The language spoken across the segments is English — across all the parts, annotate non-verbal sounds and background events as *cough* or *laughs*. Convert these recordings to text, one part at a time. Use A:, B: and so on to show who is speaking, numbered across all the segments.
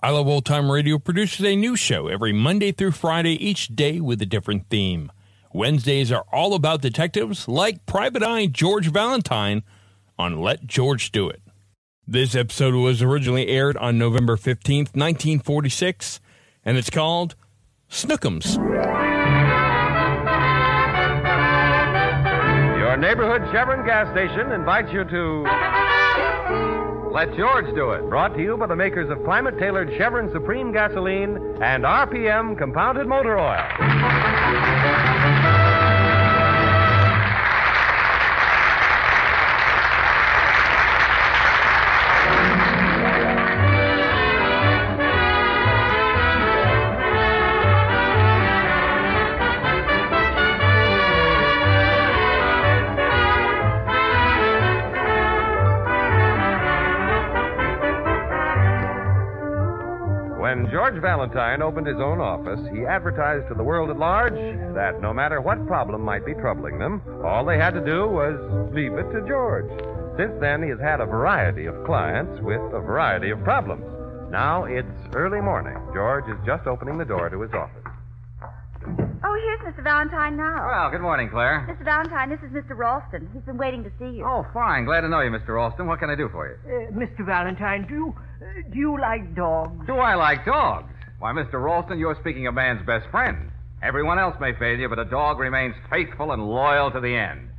A: I Love Old Time Radio produces a new show every Monday through Friday, each day with a different theme. Wednesdays are all about detectives like Private Eye George Valentine on Let George Do It. This episode was originally aired on November 15th, 1946, and it's called Snookums.
B: Your neighborhood Chevron gas station invites you to. Let George do it. Brought to you by the makers of climate tailored Chevron Supreme gasoline and RPM compounded motor oil. When George Valentine opened his own office, he advertised to the world at large that no matter what problem might be troubling them, all they had to do was leave it to George. Since then, he has had a variety of clients with a variety of problems. Now it's early morning. George is just opening the door to his office.
C: Oh, here's Mr. Valentine now.
D: Well, good morning, Claire.
C: Mr. Valentine, this is Mr. Ralston. He's been waiting to see you.
D: Oh, fine. Glad to know you, Mr. Alston. What can I do for you?
E: Uh, Mr. Valentine, do you, uh, do you like dogs?
D: Do I like dogs? Why, Mr. Ralston, you're speaking of man's best friend. Everyone else may fail you, but a dog remains faithful and loyal to the end.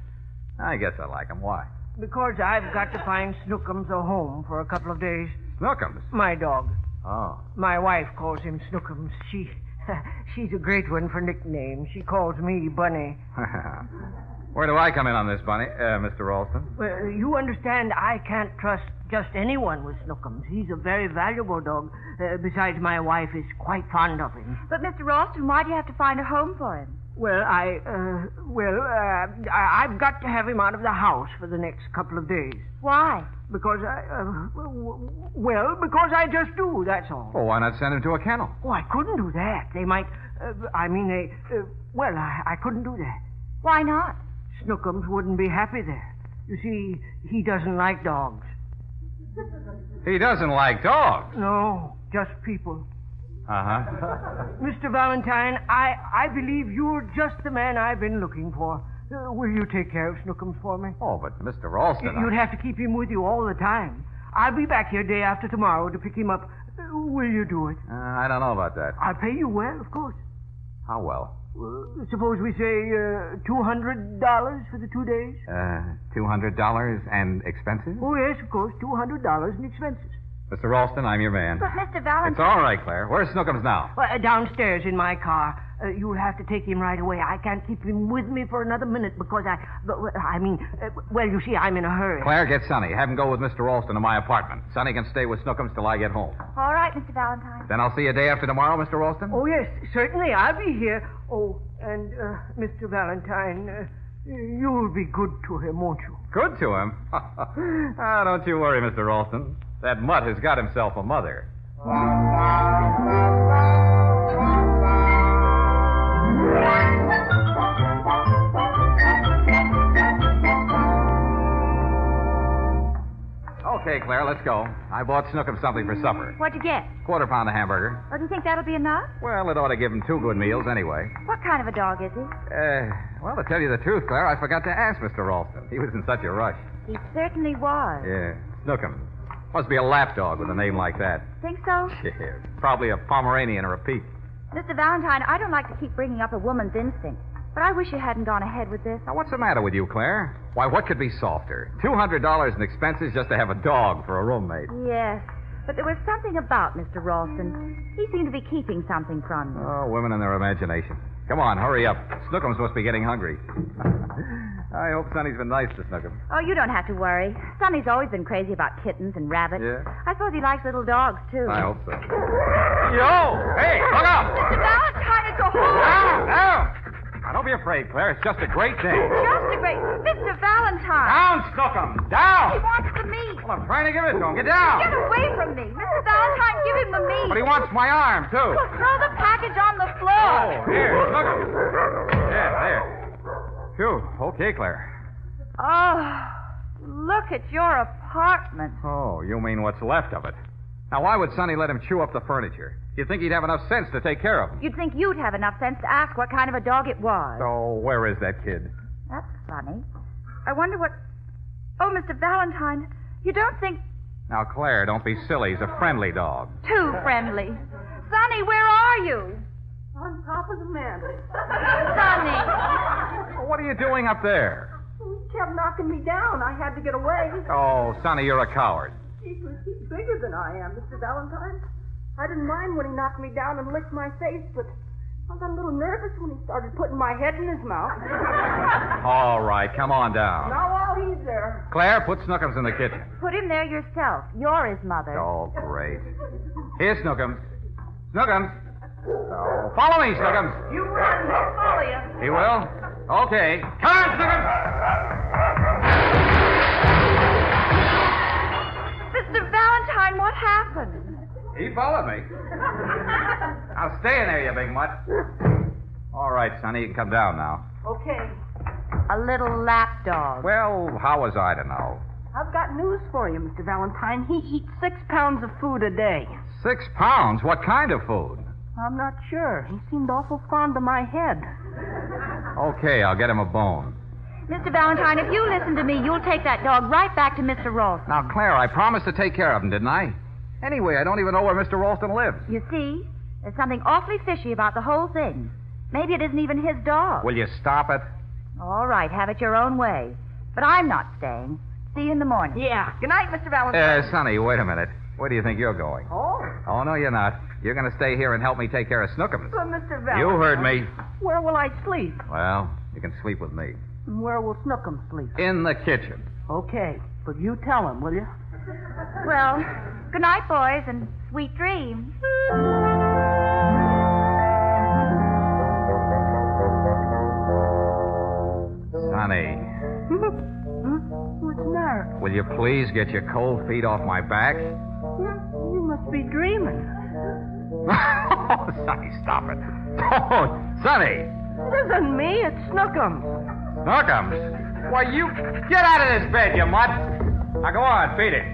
D: I guess I like him. Why?
E: Because I've got to find Snookums a home for a couple of days.
D: Snookums.
E: My dog.
D: Oh.
E: My wife calls him Snookums. She, *laughs* she's a great one for nicknames. She calls me Bunny.
D: Where do I come in on this, Bunny? Uh, Mr. Ralston?
E: Well, you understand, I can't trust just anyone with Snookums. He's a very valuable dog. Uh, besides, my wife is quite fond of him.
C: But, Mr. Ralston, why do you have to find a home for him?
E: Well, I, uh, well, uh, I, I've got to have him out of the house for the next couple of days.
C: Why?
E: Because I, uh, w- w- well, because I just do, that's all.
D: Well, why not send him to a kennel?
E: Oh, I couldn't do that. They might, uh, I mean, they, uh, well, I, I couldn't do that.
C: Why not?
E: Snookums wouldn't be happy there. You see, he doesn't like dogs.
D: He doesn't like dogs.
E: No, just people.
D: Uh huh.
E: *laughs* Mr. Valentine, I, I believe you're just the man I've been looking for. Uh, will you take care of Snookums for me?
D: Oh, but Mr. Ralston. I-
E: You'd have to keep him with you all the time. I'll be back here day after tomorrow to pick him up. Uh, Will you do it?
D: Uh, I don't know about that.
E: I'll pay you well, of course.
D: How well?
E: Uh, Suppose we say uh, $200 for the two days?
D: Uh, $200 and expenses?
E: Oh, yes, of course, $200 in expenses.
D: Mr. Ralston, I'm your man.
C: But, Mr.
D: It's
C: Valentine.
D: all right, Claire. Where's Snookums now?
E: Well, uh, downstairs in my car. Uh, you'll have to take him right away. I can't keep him with me for another minute because I. But, well, I mean, uh, well, you see, I'm in a hurry.
D: Claire, get Sonny. Have him go with Mr. Ralston to my apartment. Sonny can stay with Snookums till I get home.
C: All right, Mr. Valentine.
D: Then I'll see you day after tomorrow, Mr. Ralston?
E: Oh, yes, certainly. I'll be here. Oh, and, uh, Mr. Valentine, uh, you'll be good to him, won't you? *laughs* Uh,
D: Good to him. ah, don't you worry, Mr. Ralston. That mutt has got himself a mother. Okay, Claire, let's go. I bought Snookum something for supper.
C: What'd you get?
D: Quarter pound of hamburger.
C: Oh, do you think that'll be enough?
D: Well, it ought to give him two good meals anyway.
C: What kind of a dog is he?
D: Uh, well, to tell you the truth, Claire, I forgot to ask Mr. Ralston. He was in such a rush.
C: He certainly was.
D: Yeah, Snookum. Must be a lap dog with a name like that. *laughs*
C: Think so?
D: Yeah, probably a Pomeranian or a Pete.
C: Mr. Valentine, I don't like to keep bringing up a woman's instinct, but I wish you hadn't gone ahead with this.
D: Now, what's the matter with you, Claire? Why, what could be softer? $200 in expenses just to have a dog for a roommate.
C: Yes, but there was something about Mr. Ralston. He seemed to be keeping something
D: *gasps*
C: from you.
D: Oh, women and their imagination. Come on, hurry up. Snookum's must be getting hungry. I hope Sonny's been nice to Snookum.
C: Oh, you don't have to worry. Sonny's always been crazy about kittens and rabbits.
D: Yeah?
C: I suppose he likes little dogs, too.
D: I hope so.
F: Yo!
D: Hey, look out!
C: Mr. Valentine, it's a horse!
D: Now, now! Now, don't be afraid, Claire. It's just a great thing.
C: Just a great... Mr. Valentine!
D: Down, Snookum!
C: He
D: Down!
C: wants the meat!
D: Well, I'm trying to give it to him. Get
C: Get
D: down!
C: away from me! Mr. Valentine, give him the meat!
D: But he wants my arm, too.
C: Well, throw the package on the
D: Oh,
C: floor!
D: here, Snookum. Yeah, there. Phew, okay, Claire.
C: Oh, look at your apartment.
D: Oh, you mean what's left of it. Now, why would Sonny let him chew up the furniture? You'd think he'd have enough sense to take care of him.
C: You'd think you'd have enough sense to ask what kind of a dog it was.
D: Oh, where is that kid?
C: That's funny. I wonder what. Oh, Mr. Valentine, you don't think
D: Now, Claire, don't be silly. He's a friendly dog.
C: too friendly. Sonny, where are you?
G: On top of the mantel.
C: Sonny!
D: Well, What are you doing up there?
G: He kept knocking me down. I had to get away.
D: Oh, Sonny, you're a coward.
G: He's, he's bigger than I am, Mr. Valentine. I didn't mind when he knocked me down and licked my face, but I got a little nervous when he started putting my head in his
D: *laughs*
G: mouth.
D: All right, come on down.
G: Now while he's there.
D: Claire, put Snookums in the kitchen.
C: Put him there yourself. You're his mother.
D: Oh, great. Here, Snookums. Snookums. No. Follow me, Snookums.
G: You run, I'll follow you.
D: He will? Okay. Come on, Snookums.
C: Mr. Valentine, what happened?
D: He followed me. Now stay in there, you big mutt. All right, Sonny, you can come down now.
G: Okay,
C: A little lap dog.
D: Well, how was I to know?
G: I've got news for you, Mr. Valentine. He eats six pounds of food a day.
D: Six pounds? What kind of food?
G: I'm not sure. He seemed awful fond of my head.
D: Okay, I'll get him a bone.
C: Mr. Valentine, if you listen to me, you'll take that dog right back to Mr. Ross.
D: Now, Claire, I promised to take care of him, didn't I? Anyway, I don't even know where Mr. Ralston lives.
C: You see, there's something awfully fishy about the whole thing. Maybe it isn't even his dog.
D: Will you stop it?
C: All right, have it your own way. But I'm not staying. See you in the morning.
G: Yeah. Good night, Mr. Valentine.
D: Uh, Sonny, wait a minute. Where do you think you're going?
G: oh,
D: Oh, no, you're not. You're going to stay here and help me take care of Snookums.
G: so Mr. Valentine.
D: You heard me.
G: Where will I sleep?
D: Well, you can sleep with me.
G: And where will Snookum sleep?
D: In the kitchen.
G: Okay, but you tell him, will you? *laughs*
C: Well, good night, boys, and sweet dreams.
D: Sonny,
G: What's the matter?
D: will you please get your cold feet off my back? *laughs*
G: You must be dreaming.
D: oh, Sonny, stop it. *laughs* Oh, Sonny!
G: It isn't me, it's Snookum.
D: Snookums! Why, you... Get out of this bed, you mutt! Now, go on, feed it.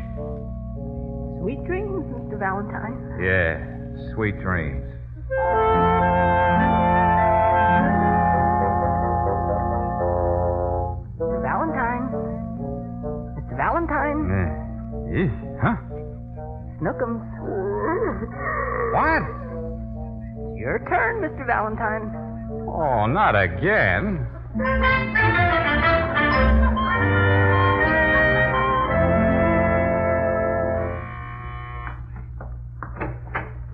G: Sweet dreams, Mr. Valentine.
D: Yeah, sweet dreams.
G: Mr. Valentine. Mr. Valentine.
D: Eh, eh, Huh?
G: Snookums.
D: What?
G: Your turn, Mr. Valentine.
D: Oh, not again.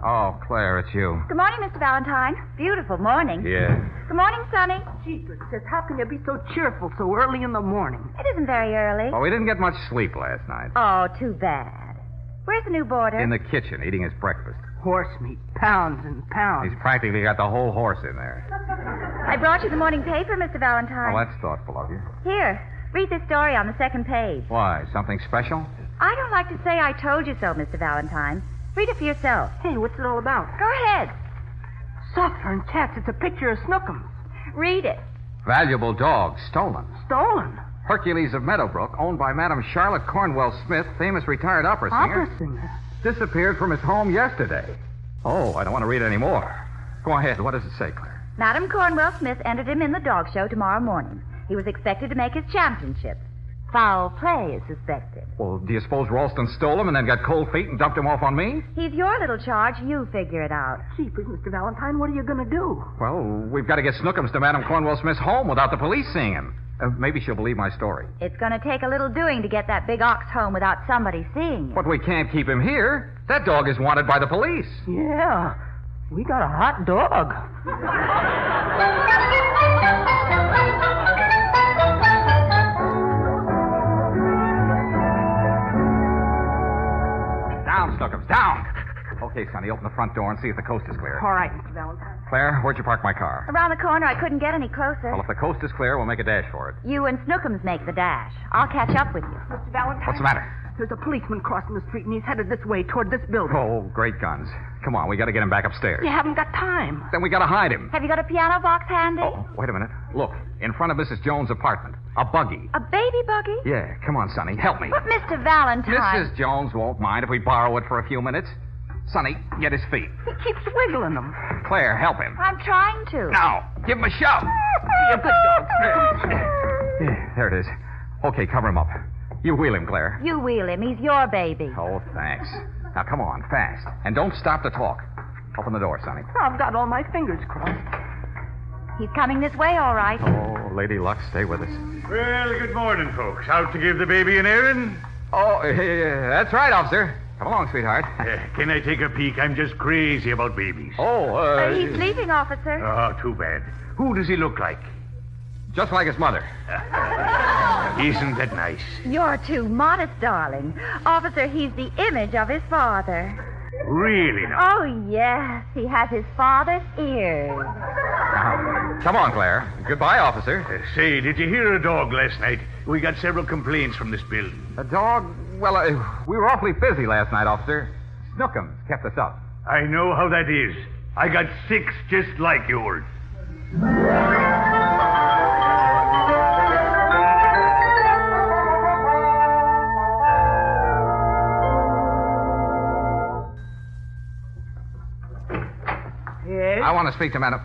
D: Oh, Claire, it's you.
C: Good morning, Mr. Valentine. Beautiful morning.
D: Yeah.
C: Good morning, Sonny.
G: Jeepers, says, how can you be so cheerful so early in the morning?
C: It isn't very early.
D: Well, we didn't get much sleep last night.
C: Oh, too bad. Where's the new boarder?
D: In the kitchen, eating his breakfast.
G: Horse meat, pounds and
D: He's
G: pounds.
D: practically got the whole horse in there.
C: I brought you the morning paper, Mr. Valentine.
D: Well, that's thoughtful of you.
C: Here, read this story on the second page.
D: Why? Something special?
C: I don't like to say I told you so, Mr. Valentine. Read it for yourself.
G: Hey, what's it all about?
C: Go ahead.
G: Sovereign cats, it's a picture of Snookums.
C: Read it.
D: Valuable dog stolen.
G: Stolen.
D: Hercules of Meadowbrook, owned by Madame Charlotte Cornwell Smith, famous retired opera singer,
G: Opera singer.
D: disappeared from his home yesterday. Oh, I don't want to read any more. Go ahead. What does it say, Claire?
C: Madam Cornwell Smith entered him in the dog show tomorrow morning. He was expected to make his championship. Foul play is suspected.
D: Well, do you suppose Ralston stole them and then got cold feet and dumped them off on me?
C: He's your little charge. You figure it out.
E: Jeepers, Mr. Valentine, what are you going to do?
D: Well, we've got to get Snookums to Madam Cornwell Smith's home without the police seeing him. Uh, maybe she'll believe my story.
C: It's going to take a little doing to get that big ox home without somebody seeing him.
D: But we can't keep him here. That dog is wanted by the police.
E: Yeah, we got a hot dog.
D: Down, Snookums, down. Okay, Sonny, open the front door and see if the coast is clear.
E: All right, Mr. Valentine.
D: Claire, where'd you park my car?
C: Around the corner, I couldn't get any closer.
D: Well, if the coast is clear, we'll make a dash for it.
C: You and Snookums make the dash. I'll catch up with you.
E: Mr. Valentine.
D: What's the matter?
E: There's a policeman crossing the street, and he's headed this way toward this building.
D: Oh, great guns. Come on, we got to get him back upstairs.
E: You haven't got time.
D: Then we got to hide him.
C: Have you got a piano box handy?
D: Oh, wait a minute. Look, in front of Mrs. Jones' apartment. A buggy.
C: A baby buggy?
D: Yeah, come on, Sonny, help me.
C: But Mr. Valentine.
D: Mrs. Jones won't mind if we borrow it for a few minutes. Sonny, get his feet.
E: He keeps wiggling them.
D: Claire, help him.
C: I'm trying to.
D: Now, give him a shove.
E: Be a good dog.
D: Yeah, There it is. Okay, cover him up. You wheel him, Claire.
C: You wheel him. He's your baby.
D: Oh, thanks. Now, come on, fast. And don't stop to talk. Open the door, Sonny.
E: I've got all my fingers crossed.
C: He's coming this way, all right.
D: Oh, Lady Luck, stay with us.
H: Well, good morning, folks. Out to give the baby an airing?
D: Oh, yeah, that's right, officer. Come along,
H: *laughs*
D: sweetheart.
H: Uh, can I take a peek? I'm just crazy about babies.
D: Oh, uh,
C: He's sleeping, officer.
E: Uh.
H: Oh, too bad. Who does he look like?
D: just like his mother.
H: *laughs* Isn't that nice?
C: You're too modest, darling. Officer, he's the image of his father.
H: Really nice.
C: Oh, yes. He has his father's ears.
D: Come on, Claire. Goodbye, officer.
H: Uh, say, did you hear a dog last night? We got several complaints from this building.
D: A dog? Well, uh, we were awfully busy last night, officer. Snookums kept us up.
H: I know how that is. I got six just like yours.
E: Yes?
D: I want to speak to Madam.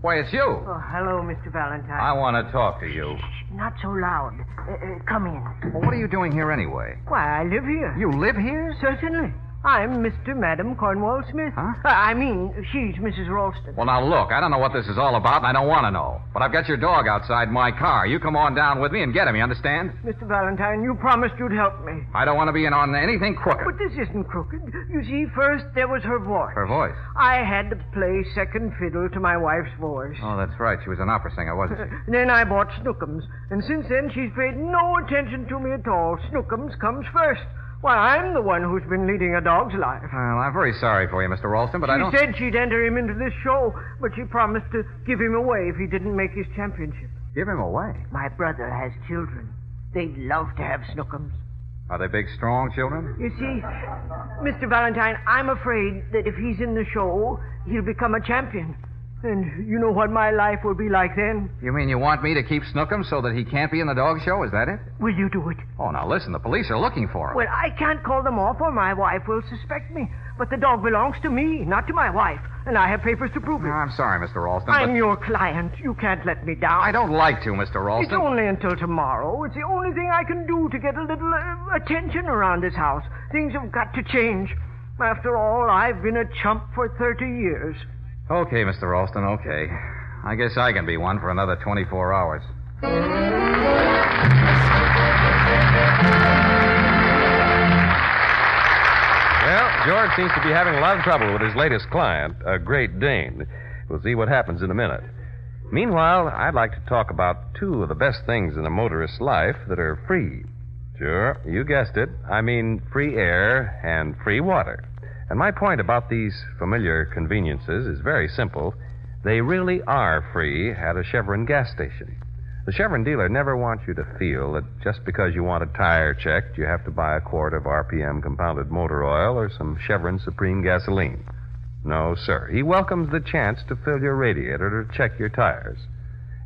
D: Why, it's you.
E: Oh, hello, Mr. Valentine.
D: I want to talk to you.
E: Not so loud. Uh, uh, come in.
D: Well, what are you doing here anyway?
E: Why, I live here.
D: You live here?
E: Certainly. I'm Mr. Madam Cornwall Smith.
D: Huh?
E: Uh, I mean, she's Mrs. Ralston.
D: Well, now look, I don't know what this is all about, and I don't want to know. But I've got your dog outside my car. You come on down with me and get him, you understand?
E: Mr. Valentine, you promised you'd help me.
D: I don't want to be in on anything crooked.
E: But this isn't crooked. You see, first there was her voice.
D: Her voice.
E: I had to play second fiddle to my wife's voice.
D: Oh, that's right. She was an opera singer, wasn't
E: *laughs*
D: she?
E: Then I bought Snookums, and since then she's paid no attention to me at all. Snookums comes first. Why, I'm the one who's been leading a dog's life.
D: Well, I'm very sorry for you, Mr. Ralston, but I don't.
E: She said she'd enter him into this show, but she promised to give him away if he didn't make his championship.
D: Give him away.
E: My brother has children. They'd love to have Snookums.
D: Are they big, strong children?
E: You see, Mr. Valentine, I'm afraid that if he's in the show, he'll become a champion. And you know what my life will be like then?
D: You mean you want me to keep Snookum so that he can't be in the dog show? Is that it?
E: Will you do it?
D: Oh, now listen, the police are looking for him.
E: Well, I can't call them off, or my wife will suspect me. But the dog belongs to me, not to my wife, and I have papers to prove it.
D: No, I'm sorry, Mr. Ralston.
E: I'm
D: but
E: your client. You can't let me down.
D: I don't like to, Mr.
E: It's
D: Ralston.
E: only until tomorrow. It's the only thing I can do to get a little uh, attention around this house. Things have got to change. After all, I've been a chump for 30 years.
D: Okay, Mr. Ralston, okay. I guess I can be one for another 24 hours.
B: Well, George seems to be having a lot of trouble with his latest client, a Great Dane. We'll see what happens in a minute. Meanwhile, I'd like to talk about two of the best things in a motorist's life that are free. Sure, you guessed it. I mean, free air and free water. And my point about these familiar conveniences is very simple. They really are free at a Chevron gas station. The Chevron dealer never wants you to feel that just because you want a tire checked, you have to buy a quart of RPM compounded motor oil or some Chevron Supreme gasoline. No, sir. He welcomes the chance to fill your radiator to check your tires.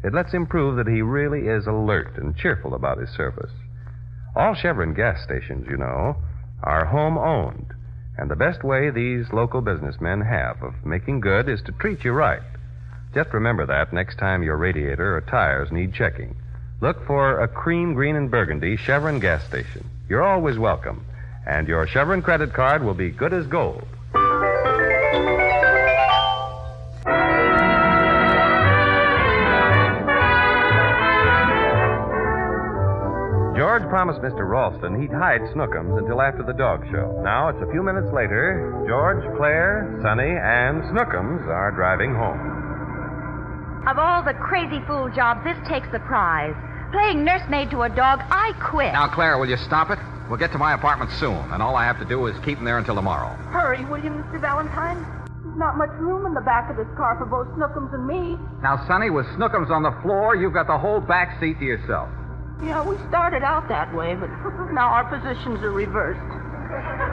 B: It lets him prove that he really is alert and cheerful about his service. All Chevron gas stations, you know, are home owned, and the best way these local businessmen have of making good is to treat you right. Just remember that next time your radiator or tires need checking. Look for a cream, green, and burgundy Chevron gas station. You're always welcome. And your Chevron credit card will be good as gold. George promised Mr. Ralston he'd hide Snookums until after the dog show. Now it's a few minutes later. George, Claire, Sonny, and Snookums are driving home.
C: Of all the crazy fool jobs, this takes the prize. Playing nursemaid to a dog, I quit.
D: Now, Claire, will you stop it? We'll get to my apartment soon, and all I have to do is keep him there until tomorrow.
G: Hurry, will you, Mr. Valentine? There's not much room in the back of this car for both Snookums and me.
D: Now, Sonny, with Snookums on the floor, you've got the whole back seat to yourself.
G: Yeah, we started out that way, but *laughs* now our positions are reversed.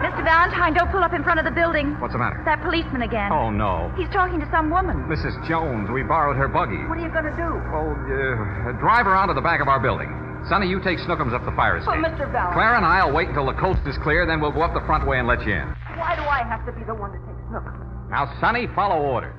C: Mr. Valentine, don't pull up in front of the building.
D: What's the matter?
C: That policeman again.
D: Oh, no.
C: He's talking to some woman.
D: Mrs. Jones, we borrowed her buggy.
C: What are you going to do?
D: Oh, uh, drive her onto the back of our building. Sonny, you take Snookums up the fire escape.
G: But, Mr. Valentine.
D: Claire and I'll wait until the coast is clear, then we'll go up the front way and let you in.
G: Why do I have to be the one to take Snookums?
D: Now, Sonny, follow orders.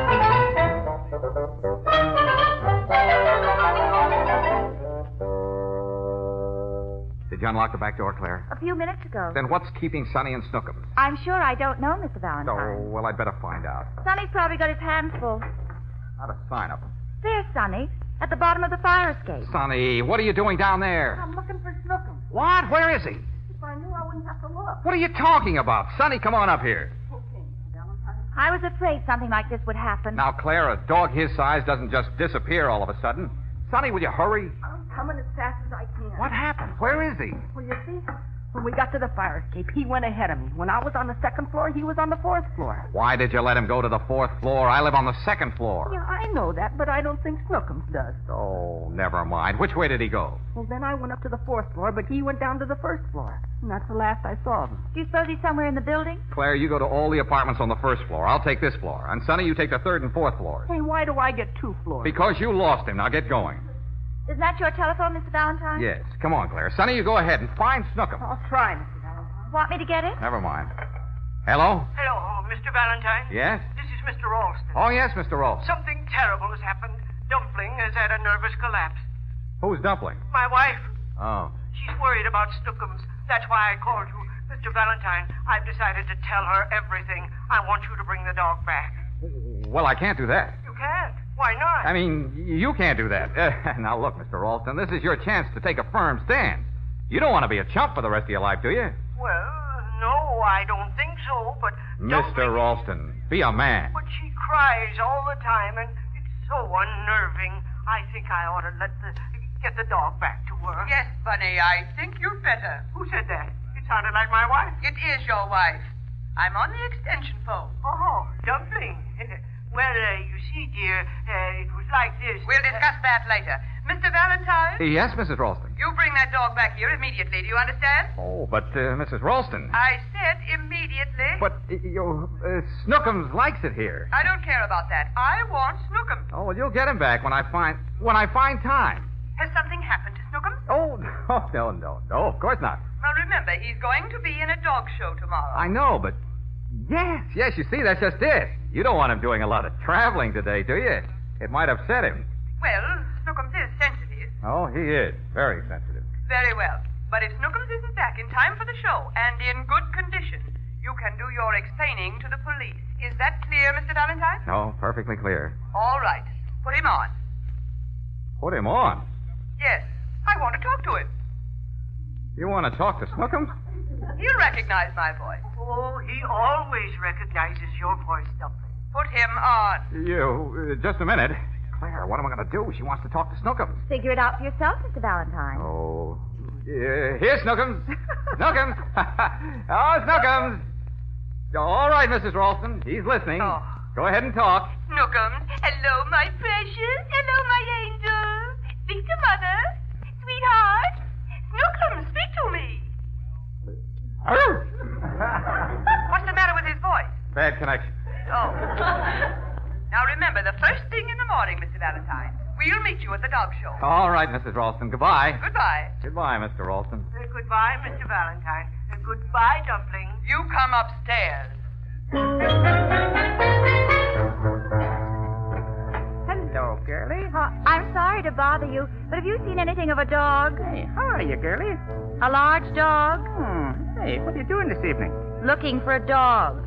D: Oh. Did you unlock the back door, Claire?
C: A few minutes ago.
D: Then what's keeping Sonny and Snookums?
C: I'm sure I don't know, Mr. Valentine.
D: Oh, well, I'd better find out.
C: Sonny's probably got his hands full.
D: Not a sign of him.
C: There's Sonny, at the bottom of the fire escape.
D: Sonny, what are you doing down there?
G: I'm looking for Snookums.
D: What? Where is he?
G: If I knew, I wouldn't have to look.
D: What are you talking about? Sonny, come on up here.
G: Okay, Mr. Valentine.
C: I was afraid something like this would happen.
D: Now, Claire, a dog his size doesn't just disappear all of a sudden. Sonny, will you hurry?
G: I'm coming as fast as I can.
D: What happened? Where is he?
G: Well, you see, when we got to the fire escape, he went ahead of me. When I was on the second floor, he was on the fourth floor.
D: Why did you let him go to the fourth floor? I live on the second floor.
G: Yeah, I know that, but I don't think Snookums does.
D: Oh, never mind. Which way did he go?
G: Well, then I went up to the fourth floor, but he went down to the first floor. And that's the last I saw of him.
C: Do you suppose he's somewhere in the building?
D: Claire, you go to all the apartments on the first floor. I'll take this floor. And Sonny, you take the third and fourth floors.
G: Hey, why do I get two floors?
D: Because you lost him. Now get going.
C: Isn't that your telephone, Mr. Valentine?
D: Yes. Come on, Claire. Sonny, you go ahead and find Snookum.
G: I'll try, Mr. Valentine.
C: Want me to get it?
D: Never mind. Hello?
E: Hello, Mr. Valentine.
D: Yes?
E: This is Mr. Ralston.
D: Oh, yes, Mr. Rolfs.
E: Something terrible has happened. Dumpling has had a nervous collapse.
D: Who's Dumpling?
E: My wife,
D: Oh.
E: she's worried about Snookums. That's why I called you. Mr. Valentine, I've decided to tell her everything. I want you to bring the dog back.
D: Well, I can't do that.
E: You can't. Why not?
D: I mean, you can't do that. *laughs* Uh, now, look, Mr. Ralston, this is your chance to take a firm stand. You don't want to be a chump for the rest of your life, do you?
E: Well, no, I don't think so, but.
D: Mr.
E: Dumpling-
D: Ralston, be a man.
E: But she cries all the time, and it's so unnerving. I think I ought to let the get the dog back to her.
I: Yes, Bunny, I think you'd better.
E: Who said that? It sounded like my wife.
I: It is your wife. I'm on the extension phone.
E: Oh, dumpling. Well, uh, you see, dear, uh, it was like this.
I: We'll discuss that later. Mr. Valentine,
D: Yes, Mrs. Ralston.
I: you bring that dog back here immediately. Do you understand?
D: Oh, but uh, Mrs. Ralston.
I: I said immediately.
D: But uh, you, uh, Snookums likes it here.
I: I don't care about that. I want Snookum.
D: Oh, well, you'll get him back when I find when I find time.
I: Has something happened to Snookum?
D: Oh *laughs* no, no, no, no! Of course not.
I: Well, remember, he's going to be in a dog show tomorrow.
D: I know, but yes, yes. You see, that's just it. You don't want him doing a lot of traveling today, do you? It might upset him.
I: Well, Snookums is sensitive.
D: Oh, he is very sensitive.
I: Very well. But if Snookums isn't back in time for the show and in good condition, you can do your explaining to the police. Is that clear, Mr. Valentine?
D: No, perfectly clear.
I: All right. Put him on.
D: Put him on.
I: Yes. I want to talk to him.
D: You want to talk to Snookums?
I: He'll recognize my voice.
E: Oh, he always recognizes your voice, dumpling.
I: Put him on.
D: You uh, just a minute, Claire. What am I going to do? She wants to talk to Snookums.
C: Figure it out for yourself, Mr. Valentine.
D: Oh. Yeah, here, Snookums. Snookums. *laughs* oh, Snookums. All right, Mrs. Ralston. He's listening.
I: Oh.
D: Go ahead and talk.
I: Snookums. Hello, my precious. Hello, my angel. Speak to mother. Sweetheart. Snookums, speak to me. What's the matter with his voice?
D: Bad connection.
I: Oh. *laughs* now remember, the first thing in the morning, Mr. Valentine. We'll meet you at the dog show.
D: All right, Mrs. Ralston. Goodbye.
I: Goodbye.
D: Goodbye, Mr. Ralston.
E: Uh, goodbye, Mr. Valentine. Uh, goodbye, dumpling.
I: You come upstairs.
D: Oh.
G: Hello, girlie.
C: Oh, I'm sorry to to bother you, but have you seen anything of a dog? Hey, how are you, girlie? A large dog?
E: Hmm.
G: Hey, what are you doing this evening?
C: Looking for a dog.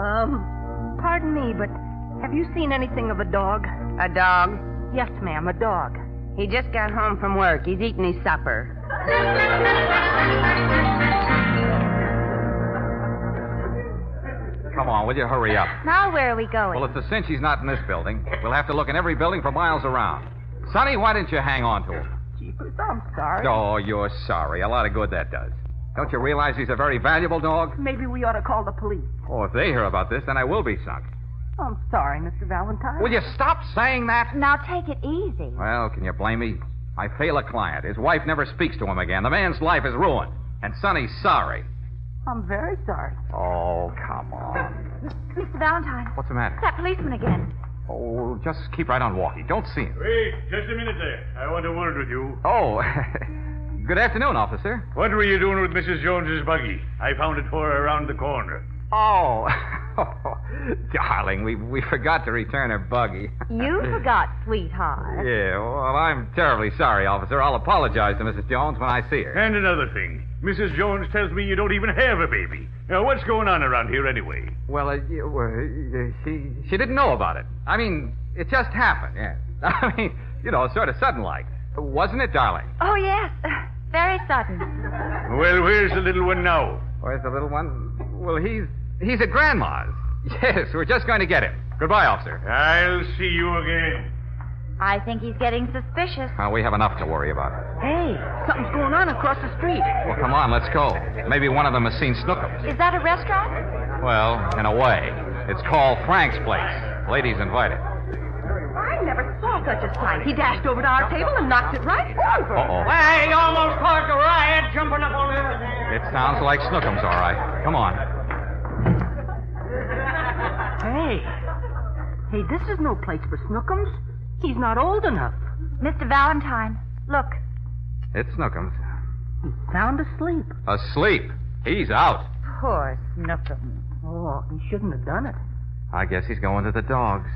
E: Um, pardon me, but have you seen anything of a dog?
G: A dog?
E: Yes, ma'am, a dog.
G: He just got home from work. He's eating his supper.
D: Come on, will you hurry up?
C: Now where are we going?
D: Well, it's a cinch he's not in this building. We'll have to look in every building for miles around. Sonny, why didn't you hang on to him?
E: I'm sorry.
D: Oh, you're sorry. A lot of good that does. Don't you realize he's a very valuable dog?
E: Maybe we ought to call the police.
D: Oh, if they hear about this, then I will be sunk.
E: I'm sorry, Mr. Valentine.
D: Will you stop saying that?
C: Now take it easy.
D: Well, can you blame me? I fail a client. His wife never speaks to him again. The man's life is ruined. And Sonny's sorry.
E: I'm very sorry.
D: Oh, come on.
C: Mr. Valentine,
D: What's the matter?
C: that policeman again.
D: Oh, just keep right on walking. Don't see him.
H: Wait, just a minute there. I want a word with you.
D: Oh, *laughs* good afternoon, officer.
H: What were you doing with Mrs. Jones's buggy? I found it for her around the corner.
D: Oh, *laughs* darling, we, we forgot to return her buggy.
C: You forgot, sweetheart.
D: Yeah, well, I'm terribly sorry, officer. I'll apologize to Mrs. Jones when I see her.
H: And another thing. Mrs. Jones tells me you don't even have a baby. Now, what's going on around here anyway?
D: Well, uh, you, uh, she, she didn't know about it. I mean, it just happened, yeah. *laughs* I mean, you know, sort of sudden like. Wasn't it, darling?
C: Oh, yes. Very sudden.
H: Well, where's the little one now?
D: Where's the little one? Well, he's he's at Grandma's. *laughs* Yes, we're just going to get him. Goodbye, officer.
H: I'll see you again.
C: I think he's getting suspicious.
D: Uh, we have enough to worry about.
E: Hey, something's going on across the street.
D: Well, come on, let's go. Maybe one of them has seen Snookums.
C: Is that a restaurant?
D: Well, in a way. It's called Frank's Place. Ladies invited.
E: I never saw such a sight. He dashed over to our table and knocked it right over.
D: Uh-oh.
J: Well, he almost caused a riot jumping up on everything.
D: It sounds like Snookums, all right. Come on.
E: Hey. Hey, this is no place for Snookums. He's not old enough.
C: Mr. Valentine, look.
D: It's Snookums.
E: Sound asleep.
D: Asleep. He's out.
C: Poor Snookums.
E: Oh, he shouldn't have done it.
D: I guess he's going to the dogs.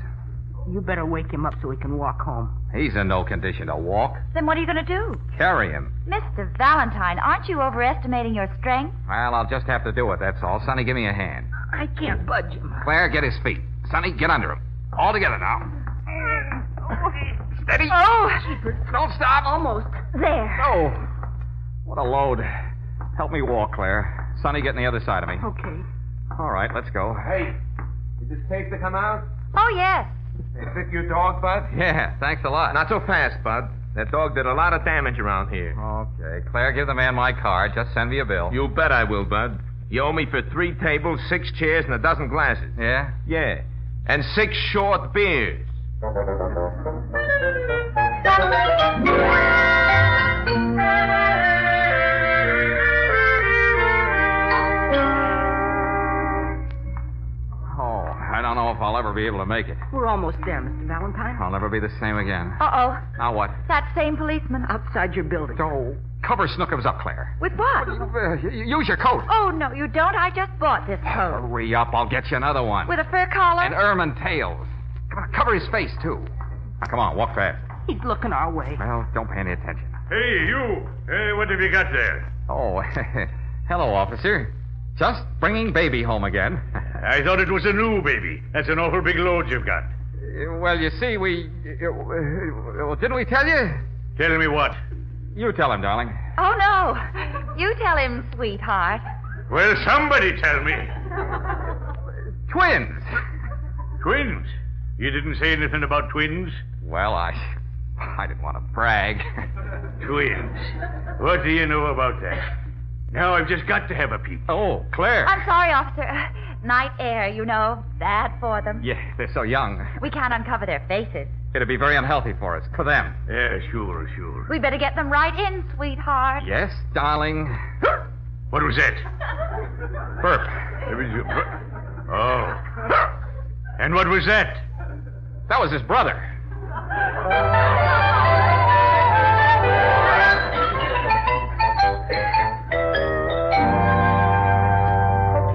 E: You better wake him up so he can walk
G: *laughs*
E: home.
D: He's in no condition to walk.
C: Then what are you going to do?
D: Carry him.
C: Mr. Valentine, aren't you overestimating your strength?
D: Well, I'll just have to do it, that's all. Sonny, give me a hand.
E: I can't budge him.
D: Claire, get his feet. Sonny, get under him. All together now. Steady.
E: Oh,
D: Don't stop.
E: Almost. There.
D: Oh, what a load. Help me walk, Claire. Sonny, get on the other side of me.
E: Okay.
D: All right, let's go.
K: Hey, is it safe to come out?
C: Oh, yes.
K: They took your dog,
E: *laughs*
K: Bud?
D: Yeah, thanks a lot.
K: Not so fast, Bud. That dog did a lot of damage around here.
D: Okay, Claire, give the man my card. Just send me a bill.
K: You bet I will, Bud. You owe me for three tables, six chairs, and a dozen glasses.
D: Yeah?
K: Yeah. And six short beers.
D: Oh, Oh, I don't know if I'll ever be able to make it.
E: We're almost there, Mr. Valentine.
D: I'll never be the same again.
C: Uh-oh.
D: Now what?
C: That same policeman.
E: Outside your building.
D: Oh, cover Snookums up, Claire.
C: With what?
D: Uh, y- Use your coat.
C: Oh, no, you don't. I just bought this coat.
D: Hurry up, I'll get you another one.
C: Oh. With a fur collar?
D: And uh, ermine tails. Come on, cover his face, too. Now, come on, walk fast.
E: He's looking our way.
D: Well, don't pay any attention.
H: Hey, you. Hey, what have you got there?
D: Oh, *laughs* hello, officer. Just bringing baby home again.
H: I thought it was a new baby. That's an awful big load you've got.
D: Uh, well, you see, we. Well, didn't we tell you?
H: Tell me what.
D: You tell him, darling.
C: Oh, no. You tell him, sweetheart.
H: Well, somebody tell me.
D: Twins.
H: Twins? You didn't say anything about twins?
D: Well, I. I didn't want to brag.
H: Twins. What do you know about that? Now I've just got to have a peek.
D: oh, Claire.
C: I'm sorry, officer. Night air, you know. Bad for them.
D: Yeah, they're so young.
C: We can't uncover their faces.
D: It'd be very unhealthy for us, for them.
H: Yeah, sure, sure.
C: We better get them right in, sweetheart.
D: Yes, darling.
H: What was that?
D: Burp.
H: There was a bur- Oh. And what was that?
D: That was his brother.
E: Okay,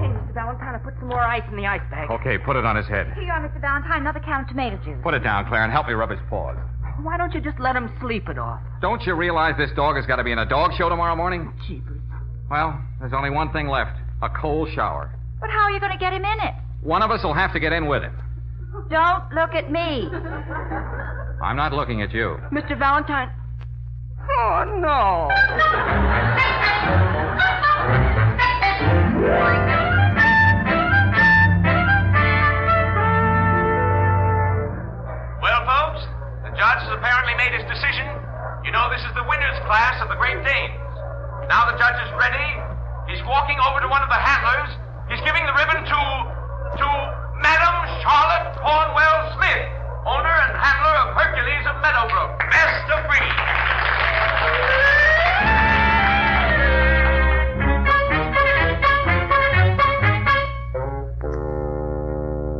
E: Mr. Valentine, if
I: put some more ice in the ice bag.
D: Okay, put it on his head.
C: Here you are, Mr. Valentine, another can of tomato juice.
D: Put it down, Claire, and help me rub his paws.
I: Why don't you just let him sleep it off?
D: Don't you realize this dog has got to be in a dog show tomorrow morning?
I: Jeepers.
D: Well, there's only one thing left a cold shower.
C: But how are you going to get him in it?
D: One of us will have to get in with him.
C: Don't look at me.
I: *laughs*
D: I'm not looking at you.
I: Mr. Valentine. Oh, no.
F: Well, folks, the judge has apparently made his decision. You know, this is the winner's class of the Great Danes. Now the judge is ready. He's walking over to one of the handlers. He's giving the ribbon to. to Madam Charlotte Cornwell Smith, owner and handler of Hercules of Meadowbrook. Best of breed.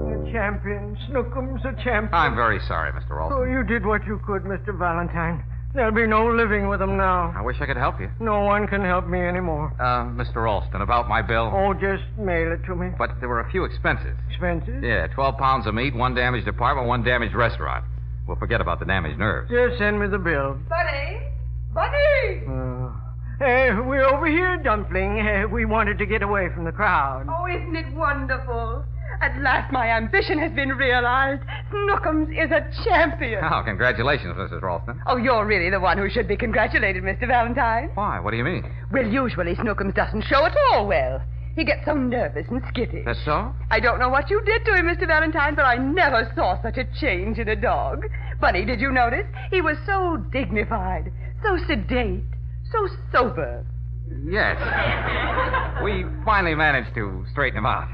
E: The champion. Snookums the champion.
G: Ah.
D: I'm very sorry, Mr. Ralston.
E: Oh, you did what you could, Mr. Valentine. There'll be no living with him now.
D: I wish I could help you.
E: No one can help me anymore.
D: Uh, Mr. Ralston, about my bill.
E: Oh, just mail it to me.
D: But there were a few expenses.
E: Expenses?
D: Yeah, 12 pounds of meat, one damaged apartment, one damaged restaurant. We'll forget about the damaged nerves.
E: Just send me the bill.
I: Bunny! Bunny!
E: Uh, hey, we're over here, Dumpling. Hey, we wanted to get away from the crowd.
I: Oh, isn't it wonderful? At last, my ambition has been realized. Snookums is a champion.
D: Oh, congratulations, Mrs. Ralston.
I: Oh, you're really the one who should be congratulated, Mr. Valentine.
D: Why? What do you mean?
I: Well, usually Snookums doesn't show at all well. He gets so nervous and skittish.
D: That's so?
I: I don't know what you did to him, Mr. Valentine, but I never saw such a change in a dog. Bunny, did you notice? He was so dignified, so sedate, so sober.
D: Yes. we finally managed to straighten him out.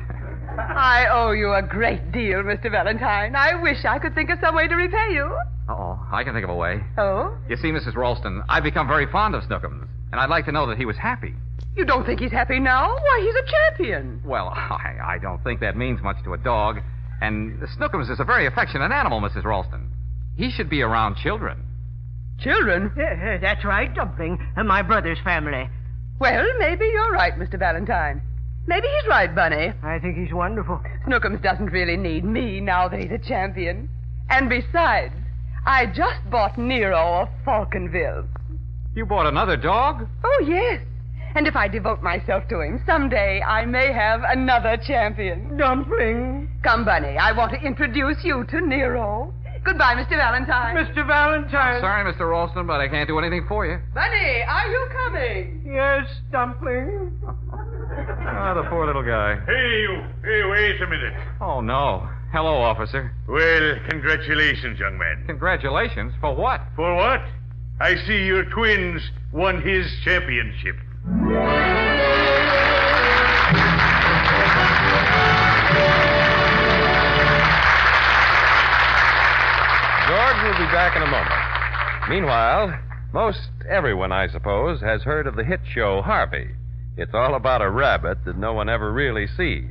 I: I owe you a great deal, Mr. Valentine. I wish I could think of some way to repay you.
D: Uh-oh, I can think of a way.
I: Oh?
D: You see, Mrs. Ralston, I've become very fond of Snookums, and I'd like to know that he was happy.
I: You don't think he's happy now? Why, he's a champion.
D: Well, *laughs* I, I don't think that means much to a dog, and Snookums is a very affectionate animal, Mrs. Ralston. He should be around children.
I: Children?
E: Yeah, that's right, Dumpling. and My brother's family.
I: Well, maybe you're right, Mr. Valentine. Maybe he's right, Bunny.
E: I think he's wonderful.
I: Snookums doesn't really need me now that he's a champion. And besides, I just bought Nero of Falconville.
D: You bought another dog?
I: Oh, yes. And if I devote myself to him, someday I may have another champion.
E: Dumpling.
I: Come, Bunny, I want to introduce you to Nero. Goodbye, Mr. Valentine.
E: Mr. Valentine.
D: I'm sorry, Mr. Ralston, but I can't do anything for you.
I: Bunny, are you coming?
E: Yes, Dumpling.
D: Ah, the poor little guy.
H: Hey, you. Hey, wait a minute.
D: Oh, no. Hello, officer.
H: Well, congratulations, young man.
D: Congratulations? For what?
H: For what? I see your twins won his championship.
B: George will be back in a moment. Meanwhile, most everyone, I suppose, has heard of the hit show Harvey. It's all about a rabbit that no one ever really sees.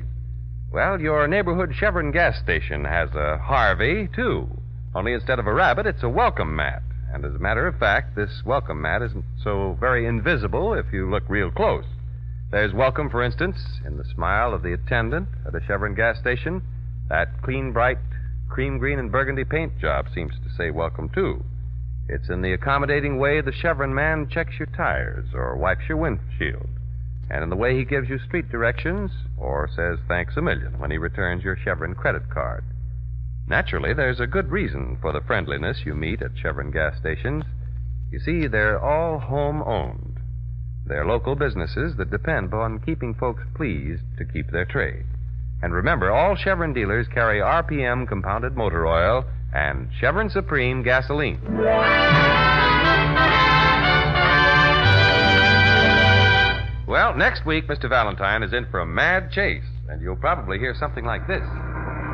B: Well, your neighborhood Chevron gas station has a Harvey, too. Only instead of a rabbit, it's a welcome mat. And as a matter of fact, this welcome mat isn't so very invisible if you look real close. There's welcome, for instance, in the smile of the attendant at a Chevron gas station. That clean, bright, cream green and burgundy paint job seems to say welcome, too. It's in the accommodating way the Chevron man checks your tires or wipes your windshield and in the way he gives you street directions or says thanks a million when he returns your Chevron credit card. Naturally, there's a good reason for the friendliness you meet at Chevron gas stations. You see, they're all home owned. They're local businesses that depend on keeping folks pleased to keep their trade. And remember, all Chevron dealers carry RPM compounded motor oil and Chevron Supreme gasoline. Well, next week, Mr. Valentine is in for a mad chase, and you'll probably hear something like this.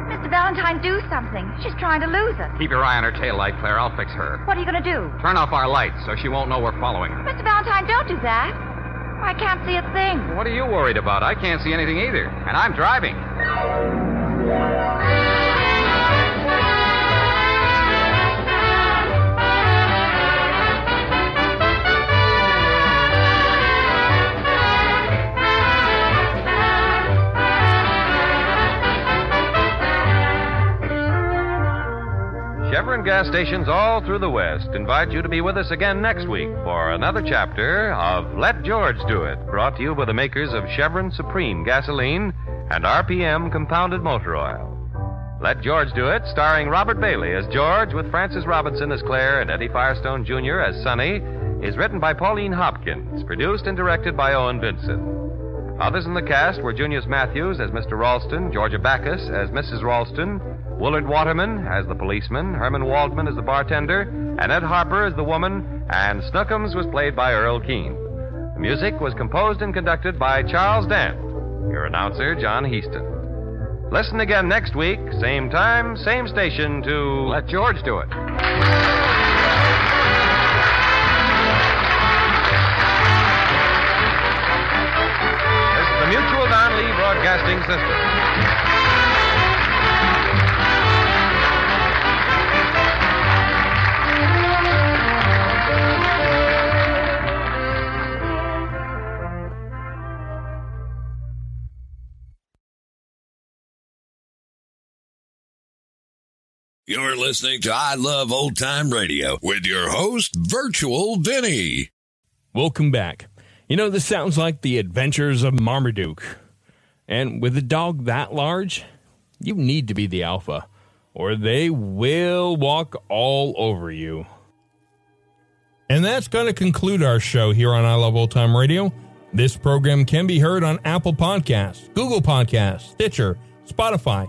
C: Mr. Valentine, do something. She's trying to lose us.
D: Keep your eye on her tail light, Claire. I'll fix her.
C: What are you going to do?
D: Turn off our lights so she won't know we're following her.
C: Mr. Valentine, don't do that. I can't see a thing.
D: What are you worried about? I can't see anything either, and I'm driving.
B: Tavern gas stations all through the West invite you to be with us again next week for another chapter of Let George Do It, brought to you by the makers of Chevron Supreme gasoline and RPM compounded motor oil. Let George Do It, starring Robert Bailey as George, with Francis Robinson as Claire and Eddie Firestone Jr. as Sonny, is written by Pauline Hopkins, produced and directed by Owen Vinson. Others in the cast were Junius Matthews as Mr. Ralston, Georgia Backus as Mrs. Ralston, Willard Waterman as the policeman, Herman Waldman as the bartender, Annette Harper as the woman, and Snookums was played by Earl Keane. The music was composed and conducted by Charles Dent, your announcer, John Heaston. Listen again next week, same time, same station, to Let George Do It. This is the Mutual Don Lee Broadcasting System.
L: You're listening to I Love Old Time Radio with your host, Virtual Vinny.
A: Welcome back. You know, this sounds like the adventures of Marmaduke. And with a dog that large, you need to be the alpha, or they will walk all over you. And that's going to conclude our show here on I Love Old Time Radio. This program can be heard on Apple Podcasts, Google Podcasts, Stitcher, Spotify,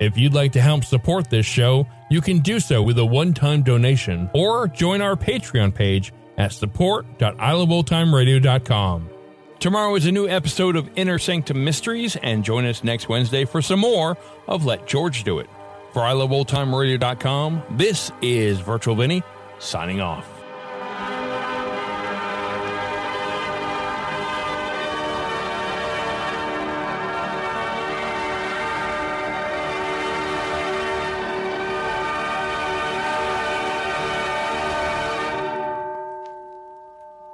A: If you'd like to help support this show, you can do so with a one-time donation or join our Patreon page at support.iloveoldtimeradio.com. Tomorrow is a new episode of Inner Sanctum Mysteries, and join us next Wednesday for some more of Let George Do It. For iloveoldtimeradio.com, this is Virtual Vinny signing off.